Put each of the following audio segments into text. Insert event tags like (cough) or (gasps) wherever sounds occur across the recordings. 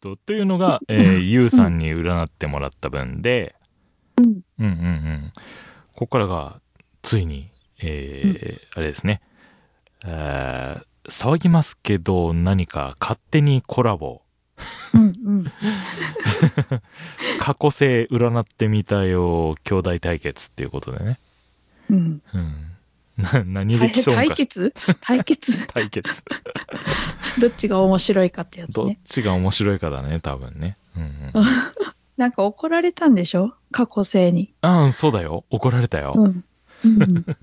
と、というの (laughs) が、えー、ゆうさんに占ってもらった分で、うん。うんうんうん。ここからが、ついに、えーあれですね。えー騒ぎますけど、何か勝手にコラボ、うん。うん。過去性占ってみたよ、兄弟対決っていうことでね。うん。うん。 (laughs) な、何対できそう対か。決 (laughs) 対決対 (laughs) 決。どっちが面白いかってやつどっね。ちが面白いかだね、多分ね。うん、うん。なんか怒られたんでしょ過去性に。ああ、そうだよ。怒られたよ。うん。 (laughs) うん。だか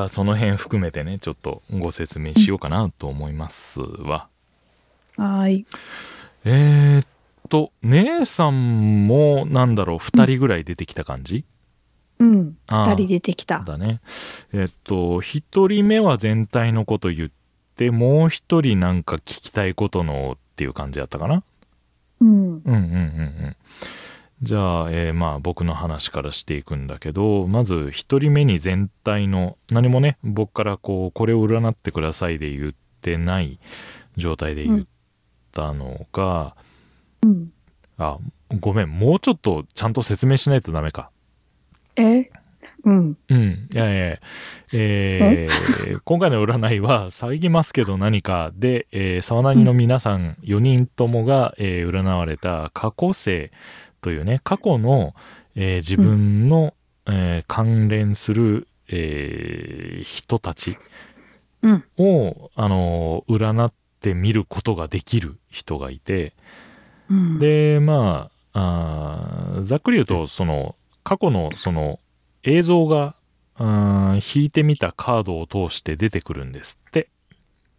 らその辺含めてね、ちょっとご説明しようかなと思いますわ。はーい。えー、っと、姉さんも、なんだろう、二人ぐらい出てきた感じ、うん。ああ二人出てきた。だね。えーっと、一人目は全体のこと言って、もう一人なんか聞きたいことのっていう感じだったかなうん。うんうんうんうん。じゃあ、えーまあ僕の話からしていくんだけど、まず一人目に全体の、何もね、僕からこう、これを占ってくださいで言ってない状態で言ったのが、うん。あ、ごめん、もうちょっとちゃんと説明しないとダメか。えうん。うん。いやいや、えー、今回の占いは、騒ぎますけど何かで、えー、沢なにの皆さん4人ともが、えー占われた過去生というね、過去の、えー自分の、えー関連する、えー人たちうん。を、あのー占ってみることができる人がいて、うん、で、まあ、あーざっくり言うと、その、過去の、その、映像が、うーん引いてみたカードを通して出てくるんですって。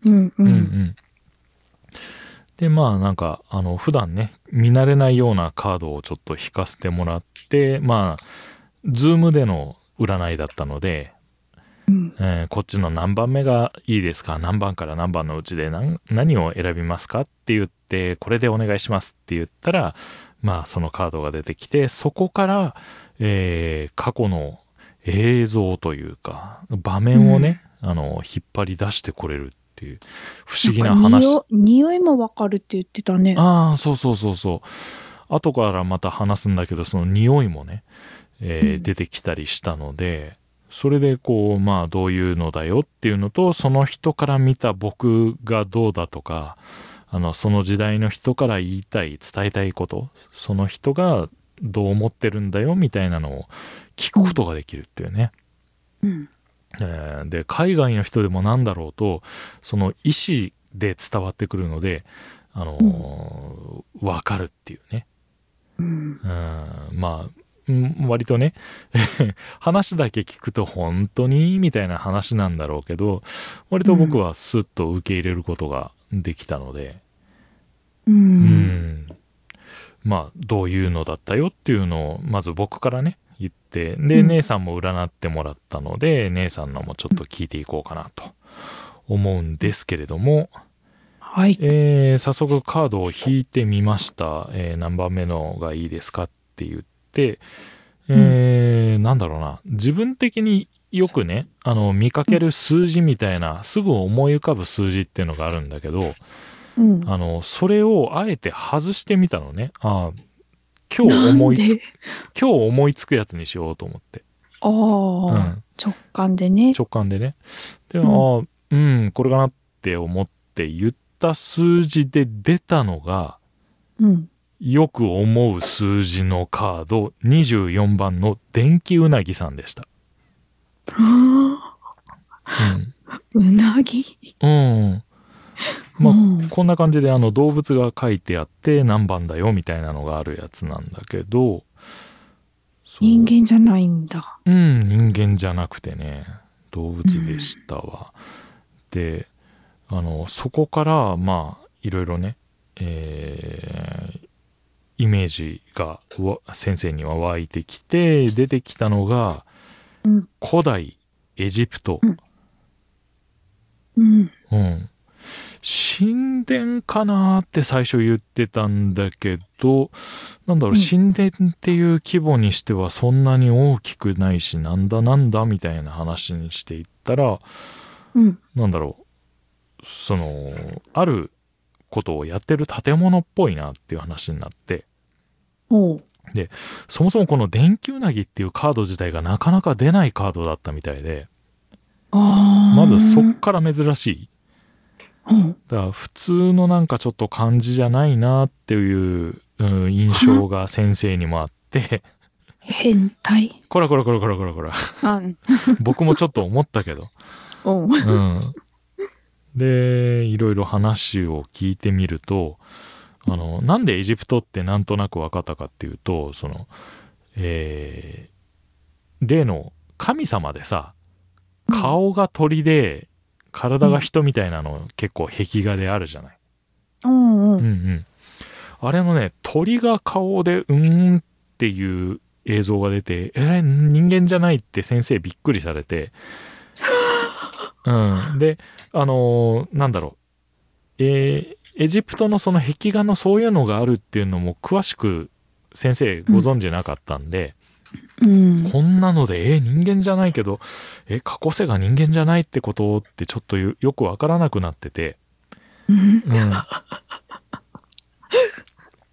うんううんんで、まあ、なんか、あの、普段ね、見慣れないようなカードをちょっと引かせてもらって、まあ、ズームでの占いだったので、うんえーこっちの何番目がいいですか何番から何番のうちで何何を選びますかって言って、これでお願いしますって言ったら、まあそのカードが出てきて、そこから、えー過去の映像というか、場面をね、あの、引っ張り出してこれるっていう、不思議ななんか話。匂匂いもわかるって言ってたね。ああ、そうそうそうそう。後からまた話すんだけど、その匂いもね、えーうん出てきたりしたので、それでこう、まあどういうのだよっていうのと、その人から見た僕がどうだとか、あの、その時代の人から言いたい、伝えたいこと、その人がどう思ってるんだよみたいなのを聞くことができるっていうね。うん。えーで海外の人でもなんだろうとその意思で伝わってくるので、あのーわかるっていうね、うん。うん、まあうん割とね (laughs) 話だけ聞くと本当にみたいな話なんだろうけど割と僕はスッと受け入れることができたので、う。うんんまあどういうのだったよっていうのをまず僕からね言ってで、うん姉さんも占ってもらったので姉さんのもちょっと聞いていこうかなと思うんですけれども、はい。えー早速カードを引いてみました、えー何番目のがいいですかって言って、えーなんだろうな自分的によくねあの見かける数字みたいなすぐ思い浮かぶ数字っていうのがあるんだけど、うん。あの、それをあえて外してみたのね。ああ、今日思いつなんくで、今日思いつくやつにしようと思って。ああ、うん直感でね。直感でね。で、うんああ、うん、これかなって思って言った数字で出たのが、うん。 (gasps) よく思う数字のカード24番の電気うなぎさんでした。はあうなぎ。うん。うん。まあうんこんな感じであの動物が書いてあって何番だよみたいなのがあるやつなんだけど、そう人間じゃないんだ。うん、人間じゃなくてね、動物でしたわ。で、あの、そこから、まあ、いろいろね、えーイメージがわ先生には湧いてきて、出てきたのが、うん古代エジプト、うん。うん。神殿かなーって最初言ってたんだけど、なんだろう、うん神殿っていう規模にしてはそんなに大きくないし、なんだなんだみたいな話にしていったら、うん。なんだろう、その、あることをやってる建物っぽいなっていう話になって、おう。そもそもこの電球なぎっていうカード自体がなかなか出ないカードだったみたいで、ああ。まずそっから珍しい。うん。だから普通のなんかちょっと感じじゃないなっていう、うん印象が先生にもあって、変態。こらこらこらこらこらこら、あん。僕もちょっと思ったけど。おうう。ん。で、いろいろ話を聞いてみると、あの、なんでエジプトってなんとなく分かったかっていうと、その、えー例の神様でさ、顔が鳥で、体が人みたいなの結構壁画であるじゃない。うんううんん。うん。あれのね、鳥が顔でうーんっていう映像が出て、えらい人間じゃないって先生びっくりされ (laughs) て、うん。で、あのーなんだろう。えーエジプトのその壁画のそういうのがあるっていうのも詳しく先生ご存知なかったんで、うん。こんなので、えー人間じゃないけど、え過去世が人間じゃないってことってちょっとよよくわからなくなってて、うん。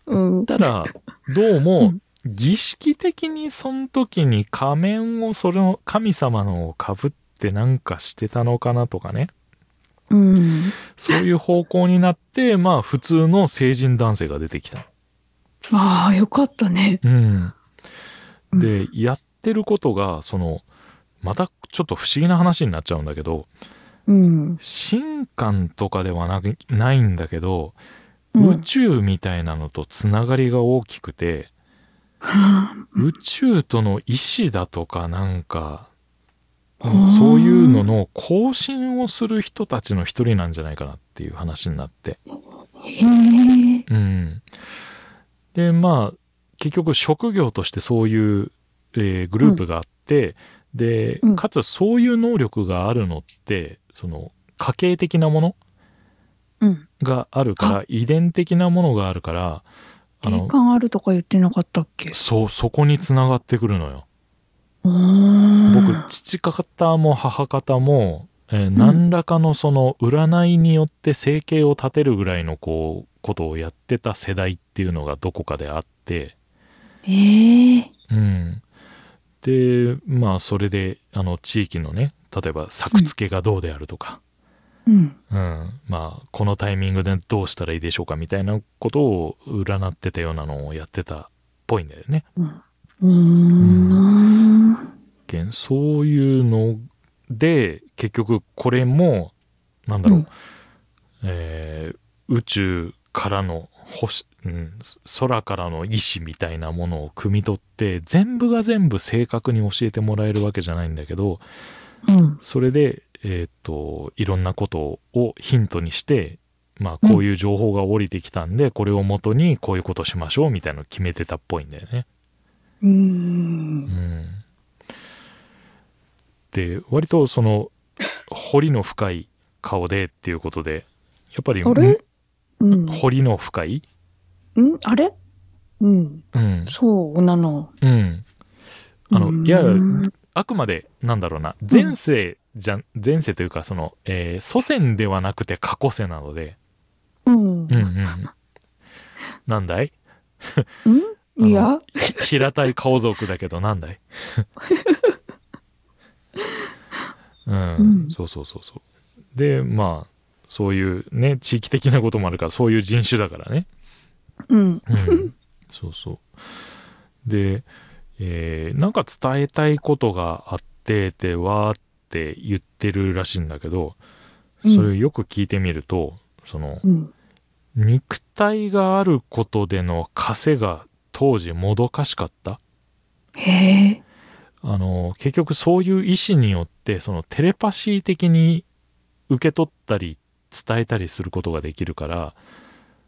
うん。うん。ただ、どううもん、儀式的にその時に仮面をそれの神様のをかぶってなんかしてたのかなとかね。うん。そういう方向になって、 (laughs) まあ普通の成人男性が出てきた。ああ、よかったね。うん。で、やってることが、その、またちょっと不思議な話になっちゃうんだけど、うん。神官とかではなくないんだけど、うん宇宙みたいなのとつながりが大きくて、は宇宙との意志だとかなんか、うんそういうのの更新をする人たちの一人なんじゃないかなっていう話になって。あへえ。うん。で、まあ、結局職業としてそういう、えーグループがあって、でう、んかつそういう能力があるのって、その家系的なものうん。があるから、遺伝的なものがあるから、あ霊の、感あるとか言ってなかったっけそう、そこに繋がってくるのよ。僕僕父方も母方も、えー何らかのその占いによって生計を立てるぐらいのこうことをやってた世代っていうのがどこかであって、ええうん、でまあそれであの地域のね例えば作付けがどうであるとか、うん。うん、まあこのタイミングでどうしたらいいでしょうかみたいなことを占ってたようなのをやってたっぽいんだよね。うーん。件そういうので結局これもなんだろう、うんえー宇宙からの星、うん、空からの意志みたいなものを汲み取って全部が全部正確に教えてもらえるわけじゃないんだけどうん。それで、えーっといろんなことをヒントにして、まあ、こういう情報が降りてきたんで、これをもとにこういうことしましょうみたいなのを決めてたっぽいんだよね。うーん。うんで割とその彫りの深い顔でっていうことでやっぱりあれうんん。彫りの深いんあれうん。うん、そうなの。うん、あのうんいやあくまでなんだろうな前世じゃん前世というかその、えー祖先ではなくて過去世なのでうん。うんうん (laughs) うんなんだいうんいや、ひ平たい顔族だけどなんだいうん、うんそうそうそうそうでまあそういうね地域的なこともあるからそういう人種だからね、うん。うん、そうそうで、えーなんか伝えたいことがあってでわーって言ってるらしいんだけどそれをよく聞いてみると、そのうん。肉体があることでの枷が当時もどかしかったへえ。あの結局そういう意思によってそのテレパシー的に受け取ったり伝えたりすることができるから、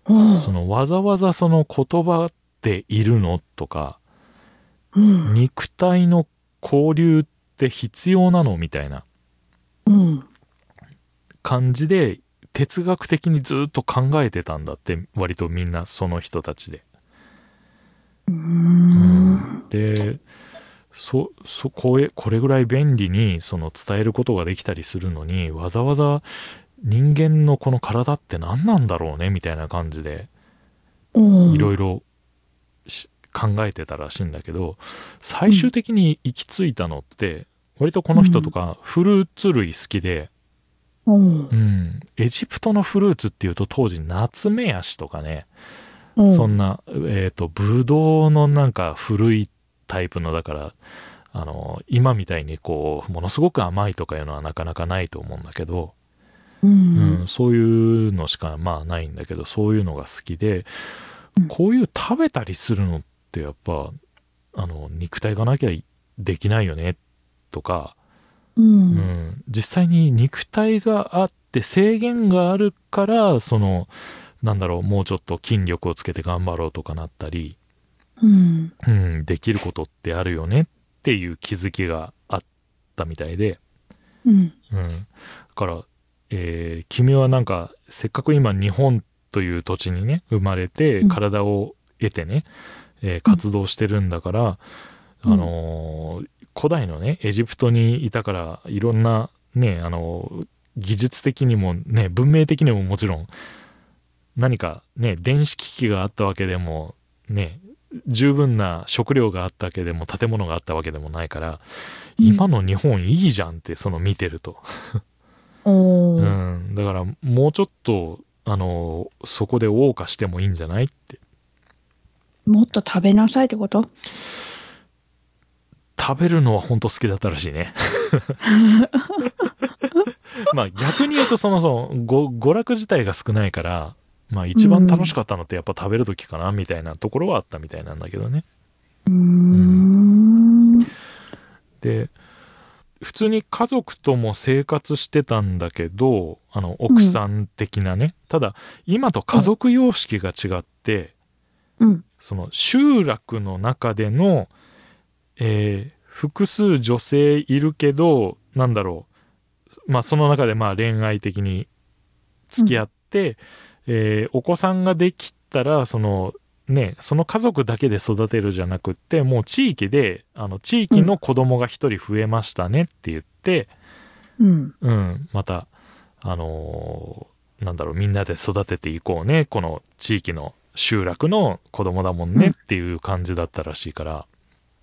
うんそのわざわざその言葉っているのとかうん。肉体の交流って必要なのみたいなうん。感じで哲学的にずっと考えてたんだって割とみんなその人たちで。うーん。でそそこへこれぐらい便利にその伝えることができたりするのにわざわざ人間のこの体って何なんだろうねみたいな感じでうん。いろいろ。ろし考えてたらしいんだけど最終的に行き着いたのって割とこの人とかフルーツ類好きで、うんう。ん、エジプトのフルーツっていうと当時ナツメヤシとかね、うんそんな、えっとブドウのなんか古いタイプのだからあの今みたいにこうものすごく甘いとかいうのはなかなかないと思うんだけど、ううんん、。そういうのしかまあないんだけどそういうのが好きでうんこういう食べたりするのってやっぱあの肉体がなきゃできないよねとか、う。うんん、実際に肉体があって制限があるからそのなんだろうもうちょっと筋力をつけて頑張ろうとかなったり、うん。うん、できることってあるよねっていう気づきがあったみたいで。うん。うん、だから、えー君はなんかせっかく今日本という土地にね生まれてうん体を得てね、えー活動してるんだから、うんあのー古代のねエジプトにいたからいろんなねあのー技術的にもね文明的にももちろん何かね電子機器があったわけでもね十分な食料があったわけでも建物があったわけでもないから、うん今の日本いいじゃんってその見てるとおうーん、だからもうちょっとあのそこで謳歌してもいいんじゃないってもっと食べなさいってこと食べるのは本当好きだったらしい (laughs) ねまあ逆に言うとそもそもご娯楽自体が少ないからまあ一番楽しかったのってやっぱ食べる時かなみたいなところはあったみたいなんだけどねうーん。で普通に家族とも生活してたんだけどあの奥さん的なね、ただ今と家族様式が違って、うん。その集落の中での、えー複数女性いるけどなんだろう、まあ、その中でまあ恋愛的に付き合って、えーお子さんができたらそのねその家族だけで育てるじゃなくってもう地域であの地域の子供が一人増えましたねって言って、うん。うん、またあのーなんだろうみんなで育てていこうねこの地域の集落の子供だもんねうんっていう感じだったらしいから、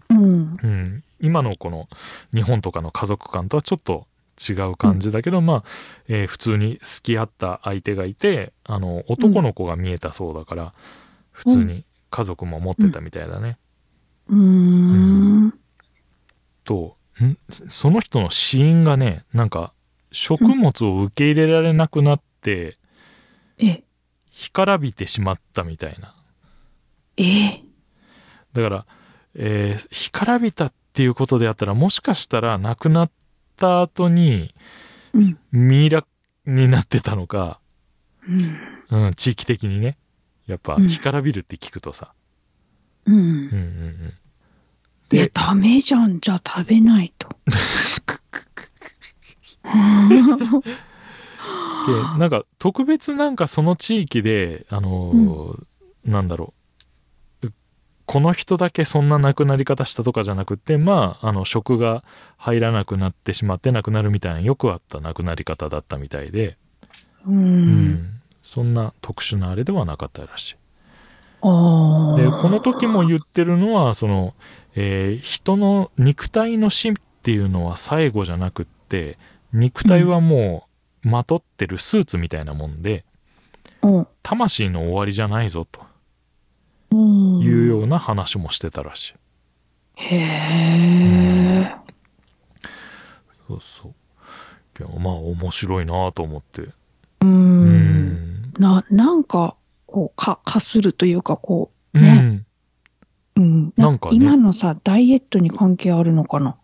うん。うん、今のこの日本とかの家族観とはちょっと違う感じだけど、まあ、えー普通に好き合った相手がいてあの男の子が見えたそうだから、普通に家族も持ってたみたいだね。うーん。とんその人の死因がねなんか食物を受け入れられなくなって、え、干からびてしまったみたいな。え、だから、えー干からびたっていうことであったら、もしかしたら亡くなった後にうん。ミイラになってたのか、うん。うん、地域的にね。やっぱ、うん干からびるって聞くとさ。うんうん。うんうん。いやで、ダメじゃん。じゃあ食べない (laughs) と。で、なんか、特別なんかその地域で、あのーなんだろう。うこの人だけそんな亡くなり方したとかじゃなくて、まあ、あの、食が入らなくなってしまって亡くなるみたいな、よくあった亡くなり方だったみたいで、う。うんそんな特殊なあれではなかったらしい。ああ。で、この時も言ってるのは、その、えー人の肉体の死っていうのは最後じゃなくって、肉体はもう、まとってるスーツみたいなもんで、うん魂の終わりじゃないぞとうん。いうような話もしてたらしい。へえ。そうそう。けどまあ面白いなと思って。う。うんん。な、なんか、こう、か、かするというか、こうねん。う、うん。なんかね今のさ、ダイエットに関係あるのかな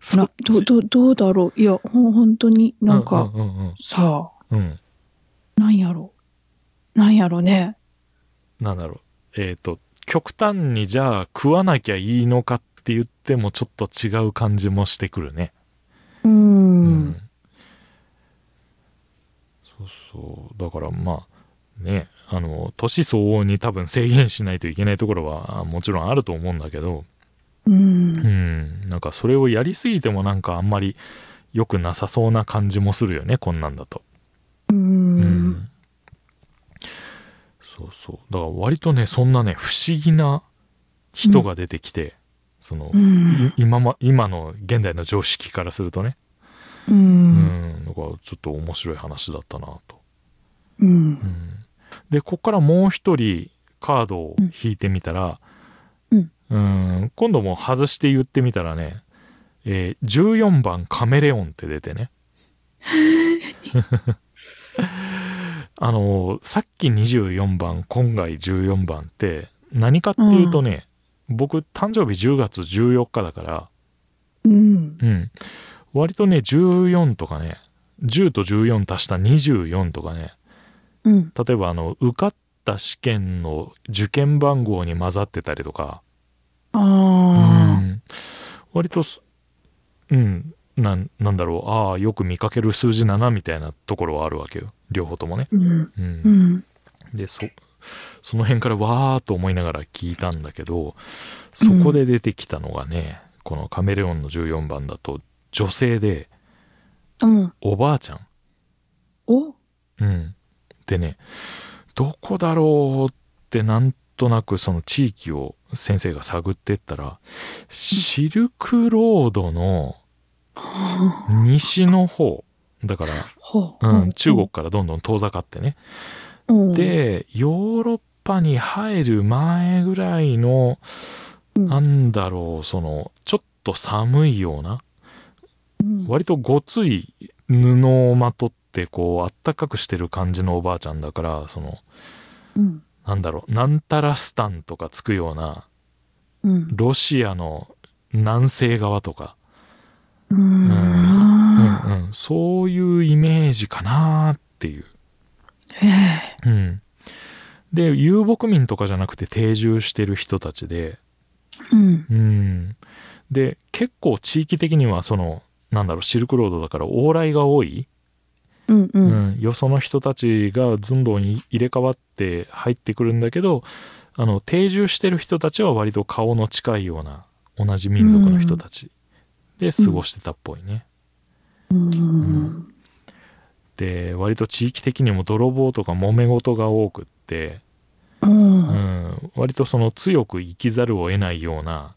そなっ、ど、ちど、どうだろういや、ほん、本当になんうか、んうんうんさあ、うん。うんなんやろう。なんやろうね。なんだろう、えっ、と、極端にじゃあ食わなきゃいいのかって言ってもちょっと違う感じもしてくるね。う。うんそうそう。だからまあ、ね、あの、年相応に多分制限しないといけないところはもちろんあると思うんだけど、うんう。ん、なんかそれをやりすぎてもなんかあんまり良くなさそうな感じもするよね、こんなんだと。うー。うんそうそう。だから割とね、そんなね、不思議な人が出てきて、その、うんい。今ま、今の現代の常識からするとね、う。うんん、だからちょっと面白い話だったなと。うんう。んでここからもう一人カードを引いてみたら、うんうん今度も外して言ってみたらね、えー14番カメレオンって出てね (laughs) あのさっき24番今回14番って何かっていうとね、僕誕生日10月14日だから、うん。うん。割とね、14とかね、10と14足した24とかね、う例ん。えばあの受かった試験の受験番号に混ざってたりとか、うああ。ん割とすうんなんなんだろうああよく見かける数字だなみたいなところはあるわけよ両方ともね、うん。う、うんん。でそその辺からわーっと思いながら聞いたんだけどそこで出てきたのがね、この「カメレオン」の14番だと女性でうん。おばあちゃんおうん。でね、どこだろうってなんとなくその地域を先生が探ってったら、シルクロードの西の方、だから、ほうん、中国。からどんどん遠ざかってね。うん、で、ヨーロッパに入る前ぐらいの、うんなんだろう、その、ちょっと寒いような、うん、割とごつい布をまとって、こう、あったかくしてる感じのおばあちゃんだから、その、うん。なんだろう、なんたらスタンとかつくような、うん。ロシアの南西側とか、ううんん。あうんうん、そういうイメージかなっていう。ーへうん。で、遊牧民とかじゃなくて定住してる人たちで、ーうん。うん。で、結構地域的にはその、なんだろう、シルクロードだから往来が多い、うん。う。うんん、よその人たちがどんどん入れ替わって入ってくるんだけどあの定住してる人たちは割と顔の近いような同じ民族の人たちで過ごしてたっぽいね。うん。で割と地域的にも泥棒とか揉め事が多くって、う。うんん、割とその強く生きざるを得ないような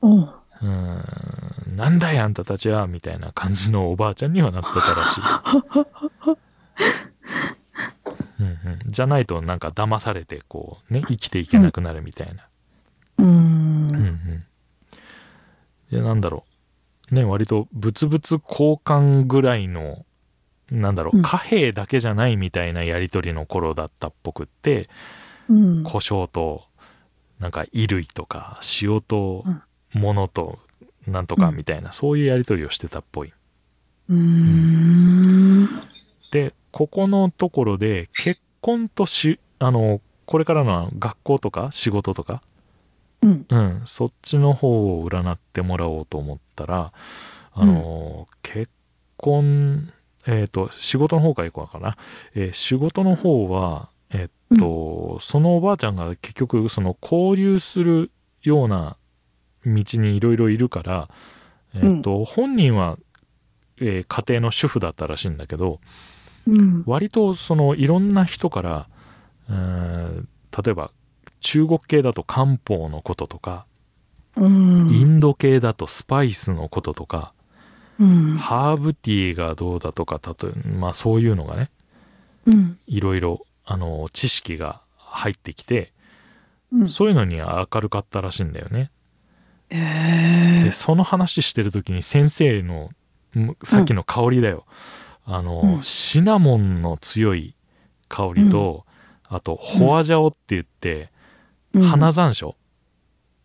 うん。 「うん、なんだよあんたたちは」みたいな感じのおばあちゃんにはなってたらしい。 (laughs) うんうん、じゃないとなんか騙されてこうね生きていけなくなるみたいな。う。うんうんん、でなんだろうね割と物々交換ぐらいのなんだろう、うん貨幣だけじゃないみたいなやり取りの頃だったっぽくってうん。胡椒となんか衣類とか塩とうん物となんとかみたいな、そういうやり取りをしてたっぽい。うん。でここのところで結婚としあのこれからの学校とか仕事とかうん。うん、そっちの方を占ってもらおうと思ったら、あのー結婚、えっ、と、仕事の方から行こうかな。えー仕事の方は、えっと、そのおばあちゃんが結局、その交流するような道にいろいろいるから、えっ、と、本人は、えー家庭の主婦だったらしいんだけど、うん。割とそのいろんな人から、うーん例えば中国系だと漢方のこととか、うん。インド系だとスパイスのこととか、うん。ハーブティーがどうだとか、例えまあそういうのがね、うん。いろいろ、あの、知識が入ってきて、うん。そういうのには明るかったらしいんだよね。へえで、。その話してる時に先生の、むさっきの香りだよ。あの、うんシナモンの強い香りと、あと、ホアジャオって言って、花山椒、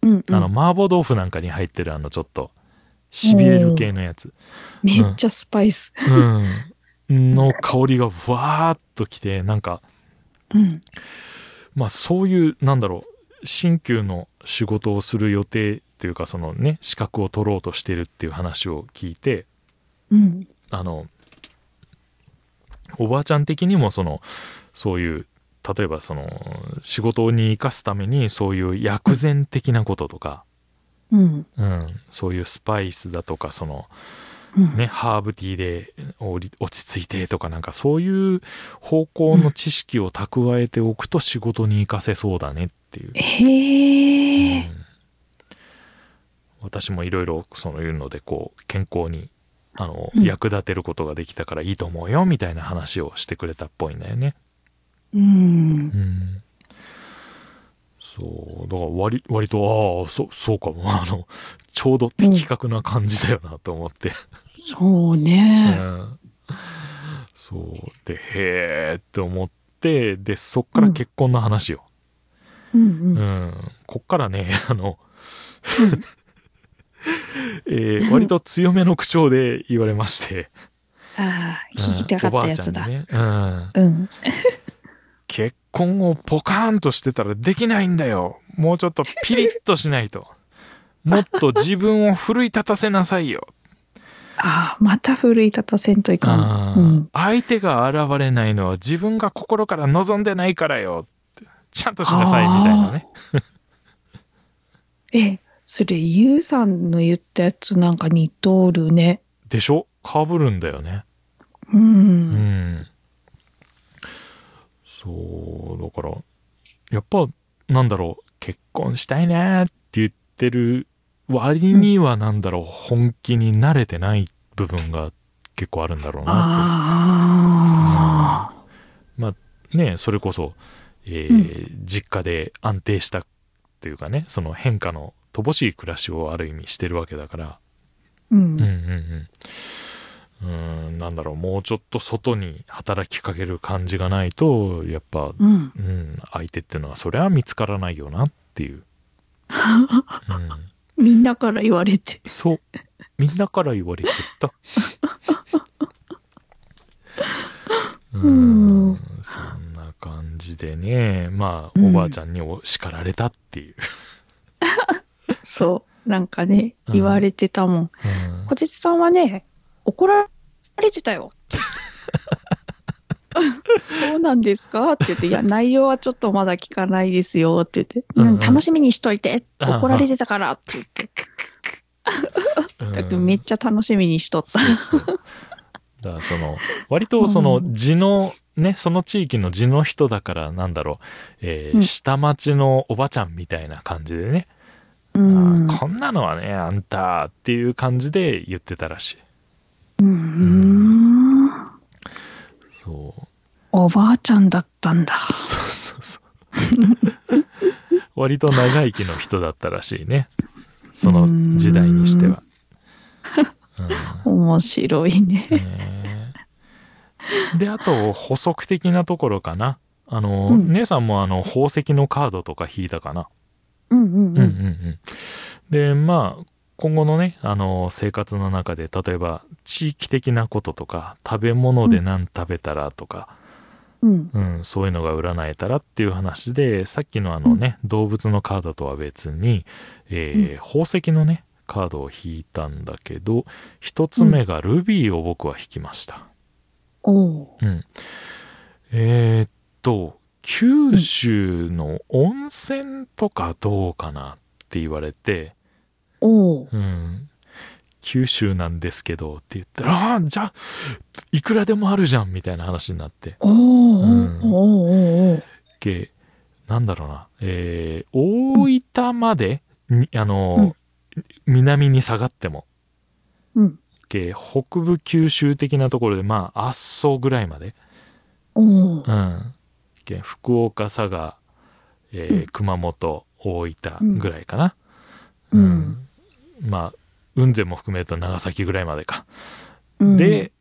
うん。あの、麻婆豆腐なんかに入ってるあの、ちょっと、痺れる系のやつ。めっちゃスパイス。うん、の香りがわーっときてなんかうん。まあそういうなんだろう鍼灸の仕事をする予定というかそのね資格を取ろうとしてるっていう話を聞いてうん。あのおばあちゃん的にもそのそういう例えばその仕事に生かすためにそういう薬膳的なこととか、うん。うん、そういうスパイスだとかそのうんね、ハーブティーでおり落ち着いてとかなんかそういう方向の知識を蓄えておくと仕事に活かせそうだねっていう。へえ、うん私もいろいろそういうのでこう健康にあの、うん役立てることができたからいいと思うよみたいな話をしてくれたっぽいんだよね。うんう、ん、そうだから割割とああそそうかも (laughs) あのちょうど的確な感じだよなと思って、そううね。ん、そうでへえって思ってでそっから結婚の話よ、ううんんうん。こっからね (laughs) あの、えー割と強めの口調で言われましてああ、聞うんきたかおばったあやちゃんつにだ。ね、うん、うん。結婚をポカーンとしてたらできないんだよ。もうちょっとピリッとしないと。もっと自分を奮い立たせなさいよ。ああ、また奮い立たせんといかあん。ーうん。相手が現れないのは自分が心から望んでないからよ。ちゃんとしなさいあーみたいなね。え、それ、ゆうさんの言ったやつなんか似とるね。でしょかぶるんだよね。う。うんん。そう、だから、やっぱ、なんだろう、結婚したいねって言ってる割には、なんだろう、本気に慣れてない部分が結構あるんだろうなああ。と。ねそれこそ、えー実家で安定したというかね、その変化の乏しい暮らしをある意味してるわけだから、ううんうんん。うん。うーん、なんだろう、もうちょっと外に働きかける感じがないと、やっぱううん。ん、相手ってのはそれは見つからないよなっていう、うん、みんなから言われて。そうみんなから言われちゃったううんんそんな感じでねまあうんおばあちゃんにお叱られたっていう、そう。なんかね、うん言われてたもん。うん小鉄さんはね、怒られてた (laughs) よ。そうなんですかって言って、いや、内容はちょっとまだ聞かないですよって言って、ううんん、楽しみにしといて。うん怒られてたからって言って、 (laughs) だけどめっちゃ楽しみにしとった。そうそうだからその割とそのうん地のねその地域の地の人だからなんだろう、えーうん下町のおばちゃんみたいな感じでねうん。こんなのはねあんたっていう感じで言ってたらしいうん。そうおばあちゃんだったんだ。そうそう (laughs) そう割と長生きの人だったらしいねその時代にしては面白いね。うんねであと補足的なところかなあの、うん姉さんもあの宝石のカードとか引いたかなうんううんうんうんん。うん、でまあ今後のねあの生活の中で例えば地域的なこととか食べ物で何食べたらとか、うん。うん、そういうのが占えたらっていう話でさっきのあのね、動物のカードとは別に、えー宝石のねカードを引いたんだけど一つ目がルビーを僕は引きました、おう。うん、えーっと九州の温泉とかどうかなって言われて、おう。うん、九州なんですけどって言ったら「ああじゃあいくらでもあるじゃん」みたいな話になっておう。おう。おう。おう。けなんだろうな、えー大分まで、にあの、南に下がっても、うん。け北部九州的なところで、まあ、圧送ぐらいまで、おう。うん、け福岡、佐賀、えーうん熊本、大分ぐらいかな。うんうんまあ、雲仙も含めると長崎ぐらいまでか。うん、で、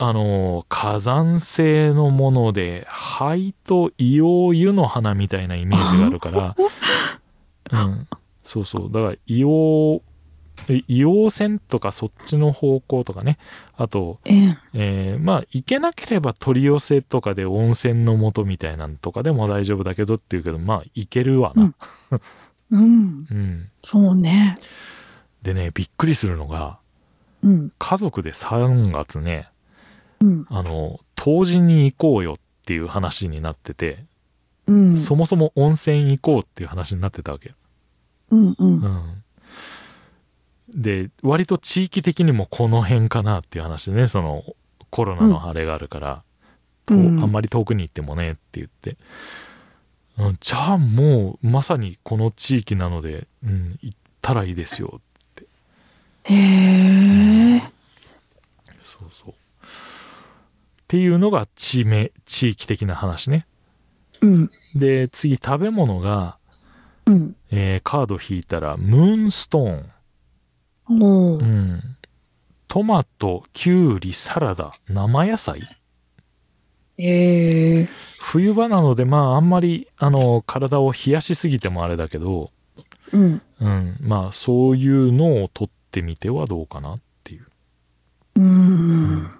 あのー火山性のもので灰と硫黄湯の花みたいなイメージがある (laughs) から、うん、そうそうだから硫黄え硫黄泉とかそっちの方向とかねあと、ええ、えーまあ行けなければ取り寄せとかで温泉の素みたいなんとかでも大丈夫だけどっていうけどまあ行けるわな、うん。うん、そうね。でねびっくりするのがうん。家族で3月ね、うん。あの、湯治に行こうよっていう話になってて、うん。そもそも温泉行こうっていう話になってたわけ。うん。う。うんん。で、割と地域的にもこの辺かなっていう話ね、そのコロナのあれがあるから、とうんあんまり遠くに行ってもねって言って。うんじゃあもうまさにこの地域なので、うん、行ったらいいですよ。へえ。そうそう。っていうのが地名、地域的な話ね。うん。で、次食べ物が、うん。えーカード引いたら、ムーンストーン。おおう。ん。トマト、キュウリ、サラダ、生野菜へえ。冬場なので、まあ、あんまり、あの、体を冷やしすぎてもあれだけど、うん。うん。まあ、そういうのを取ってみてはどうかなっていう、うん。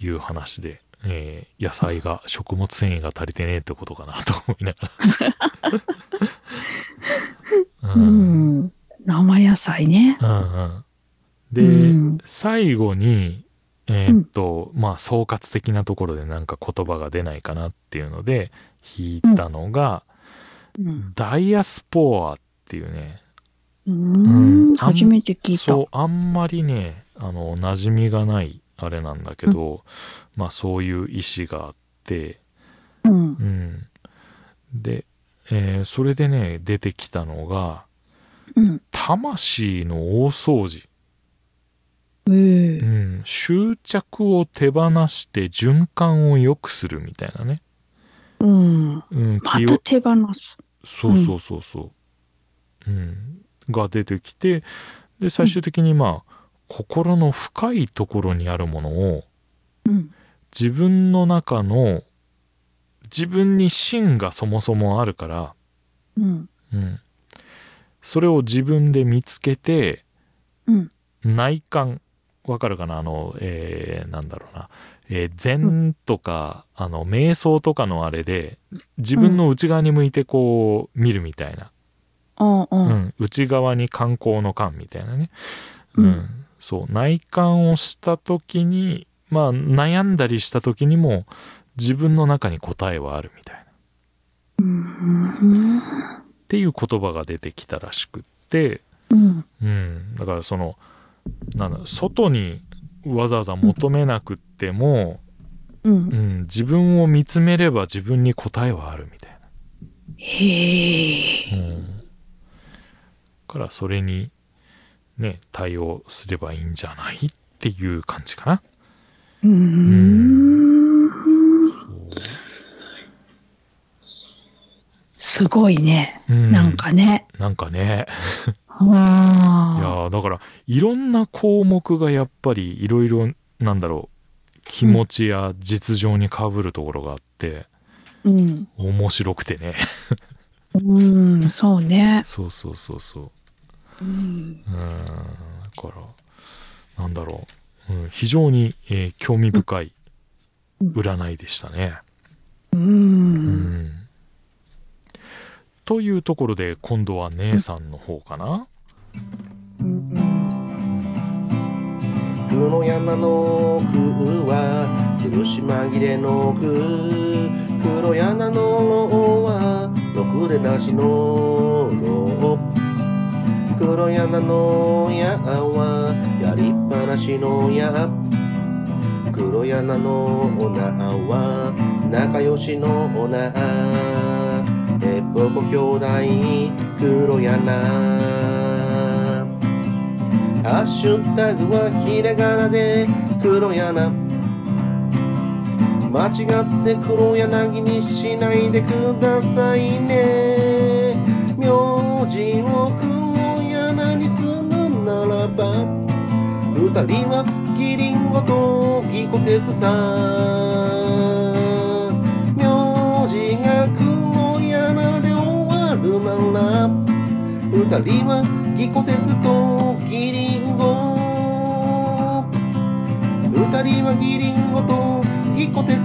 いう話で、えー野菜が、食物繊維が足りてねえってことかなと思いなが (laughs) ら。ううん。ん。生野菜ね。うんうん。で、うん最後に、えーっと、まあ、総括的なところでなんか言葉が出ないかなっていうので、引いたのが、うん。ダイアスポアっていうね、ううんん。初めて聞いた。そう、あんまりね、あの、馴染みがないあれなんだけど、まあ、そういう意思があって、うん。うん。で、えーそれでね、出てきたのが、うん。魂の大掃除。うんう。ん、執着を手放して循環を良くするみたいなね。うん。うん、まキーワた手放す。そうそうそうそう。うん、が出てきて、で、最終的にまあ、心の深いところにあるものを、うん。自分の中の、自分に芯がそもそもあるから、うん。うん、それを自分で見つけて、うん。内観わかるかなあの、えーなんだろうな、えー禅とか、あの瞑想とかのあれで自分の内側に向いてこう見るみたいな、ああ、ううんん。内側に観光の観みたいなね、うんそう内観をした時にまあ悩んだりした時にも自分の中に答えはあるみたいなっうん。ていう言葉が出てきたらしくって、うん。うん、だからそのなんだ外にわざわざ求めなくっても、うんう。ん、自分を見つめれば自分に答えはあるみたいへえ。な、うん、だからそれにね対応すればいいんじゃないっていう感じかなうん。すごいね。うんなんかね。なんかねうん。いやーだからいろんな項目がやっぱりいろいろなんだろう気持ちや実情にかぶるところがあってうん。面白くて (laughs) ねうん、そうね。そうそうそうそううん。うーんだから、なんだろう。うん、非常に、えー興味深いうん占いでしたね。ううんん。というところで、今度は姉さんの方かな。黒の山の奥は苦し紛れの奥黒柳の王はろくれなしの王黒柳の矢はやりっぱなしの矢黒柳の女は仲良しの女えっぽこ兄弟黒柳ハッシュタグはひらがなで黒柳間違って黒柳にしないでくださいね名字を黒柳にするならば二人はキリンゴとギコテツさ名字が黒柳で終わるなら二人はギコ鉄とギリンゴ二人はギリンゴとギコ鉄